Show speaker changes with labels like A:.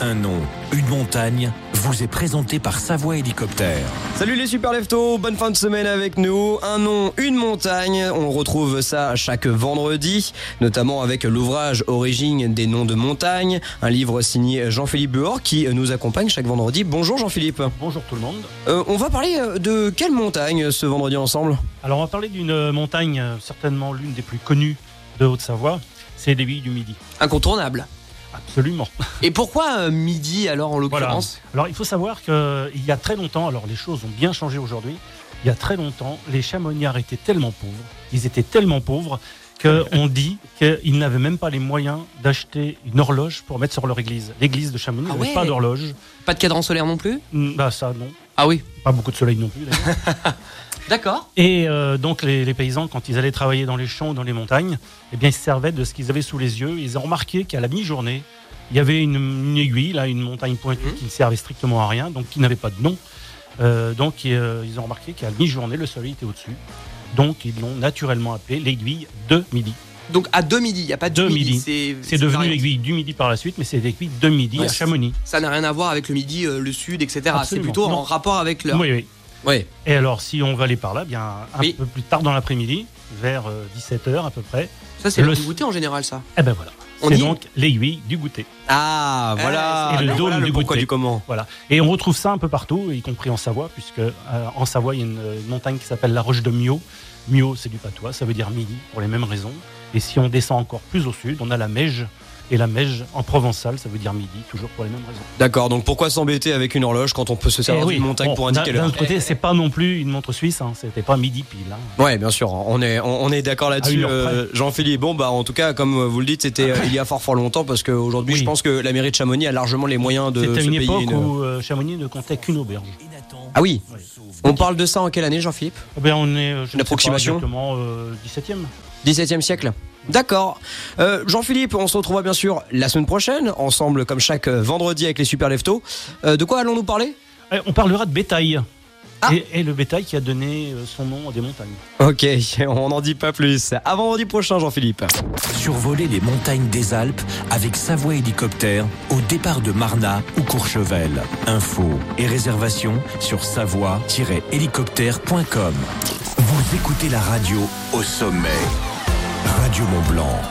A: Un nom, une montagne, vous est présenté par Savoie Hélicoptère.
B: Salut les super leftos, bonne fin de semaine avec nous. Un nom, une montagne, on retrouve ça chaque vendredi, notamment avec l'ouvrage Origine des noms de montagne, un livre signé Jean-Philippe Buor qui nous accompagne chaque vendredi. Bonjour Jean-Philippe.
C: Bonjour tout le monde.
B: Euh, on va parler de quelle montagne ce vendredi ensemble
C: Alors on va parler d'une montagne euh, certainement l'une des plus connues de Haute-Savoie, c'est l'aiguille du Midi.
B: Incontournable.
C: Absolument.
B: Et pourquoi euh, midi alors en
C: Voilà.
B: l'occurrence
C: Alors il faut savoir qu'il y a très longtemps, alors les choses ont bien changé aujourd'hui, il y a très longtemps, les chamonniards étaient tellement pauvres, ils étaient tellement pauvres qu'on dit qu'ils n'avaient même pas les moyens d'acheter une horloge pour mettre sur leur église. L'église de Chamonix
B: Ah
C: n'avait
B: ouais.
C: pas d'horloge.
B: Pas de cadran solaire non plus
C: Hmm, Bah ça non,
B: Ah oui,
C: pas beaucoup de soleil non plus. d'ailleurs.
B: d'accord.
C: Et euh, donc les, les paysans, quand ils allaient travailler dans les champs ou dans les montagnes, eh bien ils se servaient de ce qu'ils avaient sous les yeux. Ils ont remarqué qu'à la mi-journée, il y avait une, une aiguille, là, une montagne pointue
B: Mhm.
C: qui ne servait strictement à rien, donc qui n'avait pas de nom. Euh, donc euh, ils ont remarqué qu'à la mi-journée, le soleil était au-dessus. Donc ils l'ont naturellement appelée l'aiguille de midi.
B: Donc à deux midi, il n'y a pas de
C: Deux
B: midi.
C: midi. C'est devenu l'aiguille du midi par la suite, mais c'est l'aiguille de midi
B: Ouais,
C: à Chamonix.
B: Ça n'a rien à voir avec le midi, euh, le sud, etc. C'est
C: Absolument.
B: plutôt en
C: Non.
B: rapport avec l'heure.
C: Oui, oui.
B: Ouais.
C: Et alors si on va aller par là, bien un
B: Oui.
C: peu plus tard dans l'après-midi, vers 17h à peu près,
B: Ça, c'est
C: Le-
B: le goûter en général, ça.
C: eh ben voilà.
B: On
C: C'est
B: dit-
C: donc l'aiguille du goûter.
B: Ah, voilà.
C: Et le
B: Ben
C: dôme
B: voilà
C: du
B: pourquoi
C: goûter.
B: du comment.
C: Voilà. Et on retrouve ça un peu partout, y compris en Savoie, puisque euh, en Savoie, il y a une, euh, une montagne qui s'appelle la Roche de Mio. Mio, c'est du patois, ça veut dire midi, pour les mêmes raisons. Et si on descend encore plus au sud, on a la Meige. Et la Meige, en provençal, ça veut dire midi, toujours pour les mêmes raisons.
B: D'accord, donc pourquoi s'embêter avec une horloge quand on peut se
C: Eh
B: servir
C: oui,
B: d'une montagne
C: bon,
B: pour indiquer
C: D'un d'un
B: l'heure
C: autre côté, c'est pas non plus une montre suisse, hein, c'était pas midi pile. hein.
B: Ouais, bien sûr, on est, on, on est d'accord là-dessus,
C: une heure près.
B: euh, Jean-Philippe. Bon, bah, en tout cas, comme euh, vous le dites, c'était euh, il y a fort, fort longtemps parce qu'aujourd'hui,
C: Oui.
B: je pense que la mairie de Chamonix a largement les moyens de
C: C'était
B: se
C: une
B: payer
C: époque
B: une.
C: où euh, Chamonix ne comptait qu'une auberge.
B: Ah oui,
C: Oui.
B: on parle de ça en quelle année, Jean-Philippe
C: Eh ben, on est, euh,
B: Une
C: je ne sais pas
B: approximation
C: exactement, euh, 17e.
B: 17e siècle D'accord. Euh, Jean-Philippe, on se retrouvera bien sûr la semaine prochaine, ensemble comme chaque euh, vendredi avec les super leftos. Euh, de quoi allons-nous parler
C: Eh, on parlera de bétail.
B: Ah.
C: Et, et le bétail qui a donné euh, son nom à des montagnes.
B: Ok, on n'en dit pas plus. À vendredi prochain, Jean-Philippe.
A: Survoler les montagnes des Alpes avec Savoie Hélicoptère au départ de Marna ou Courchevel. Infos et réservations sur savoie-hélicoptère.com. Vous écoutez la radio au sommet. Radio Mont Blanc.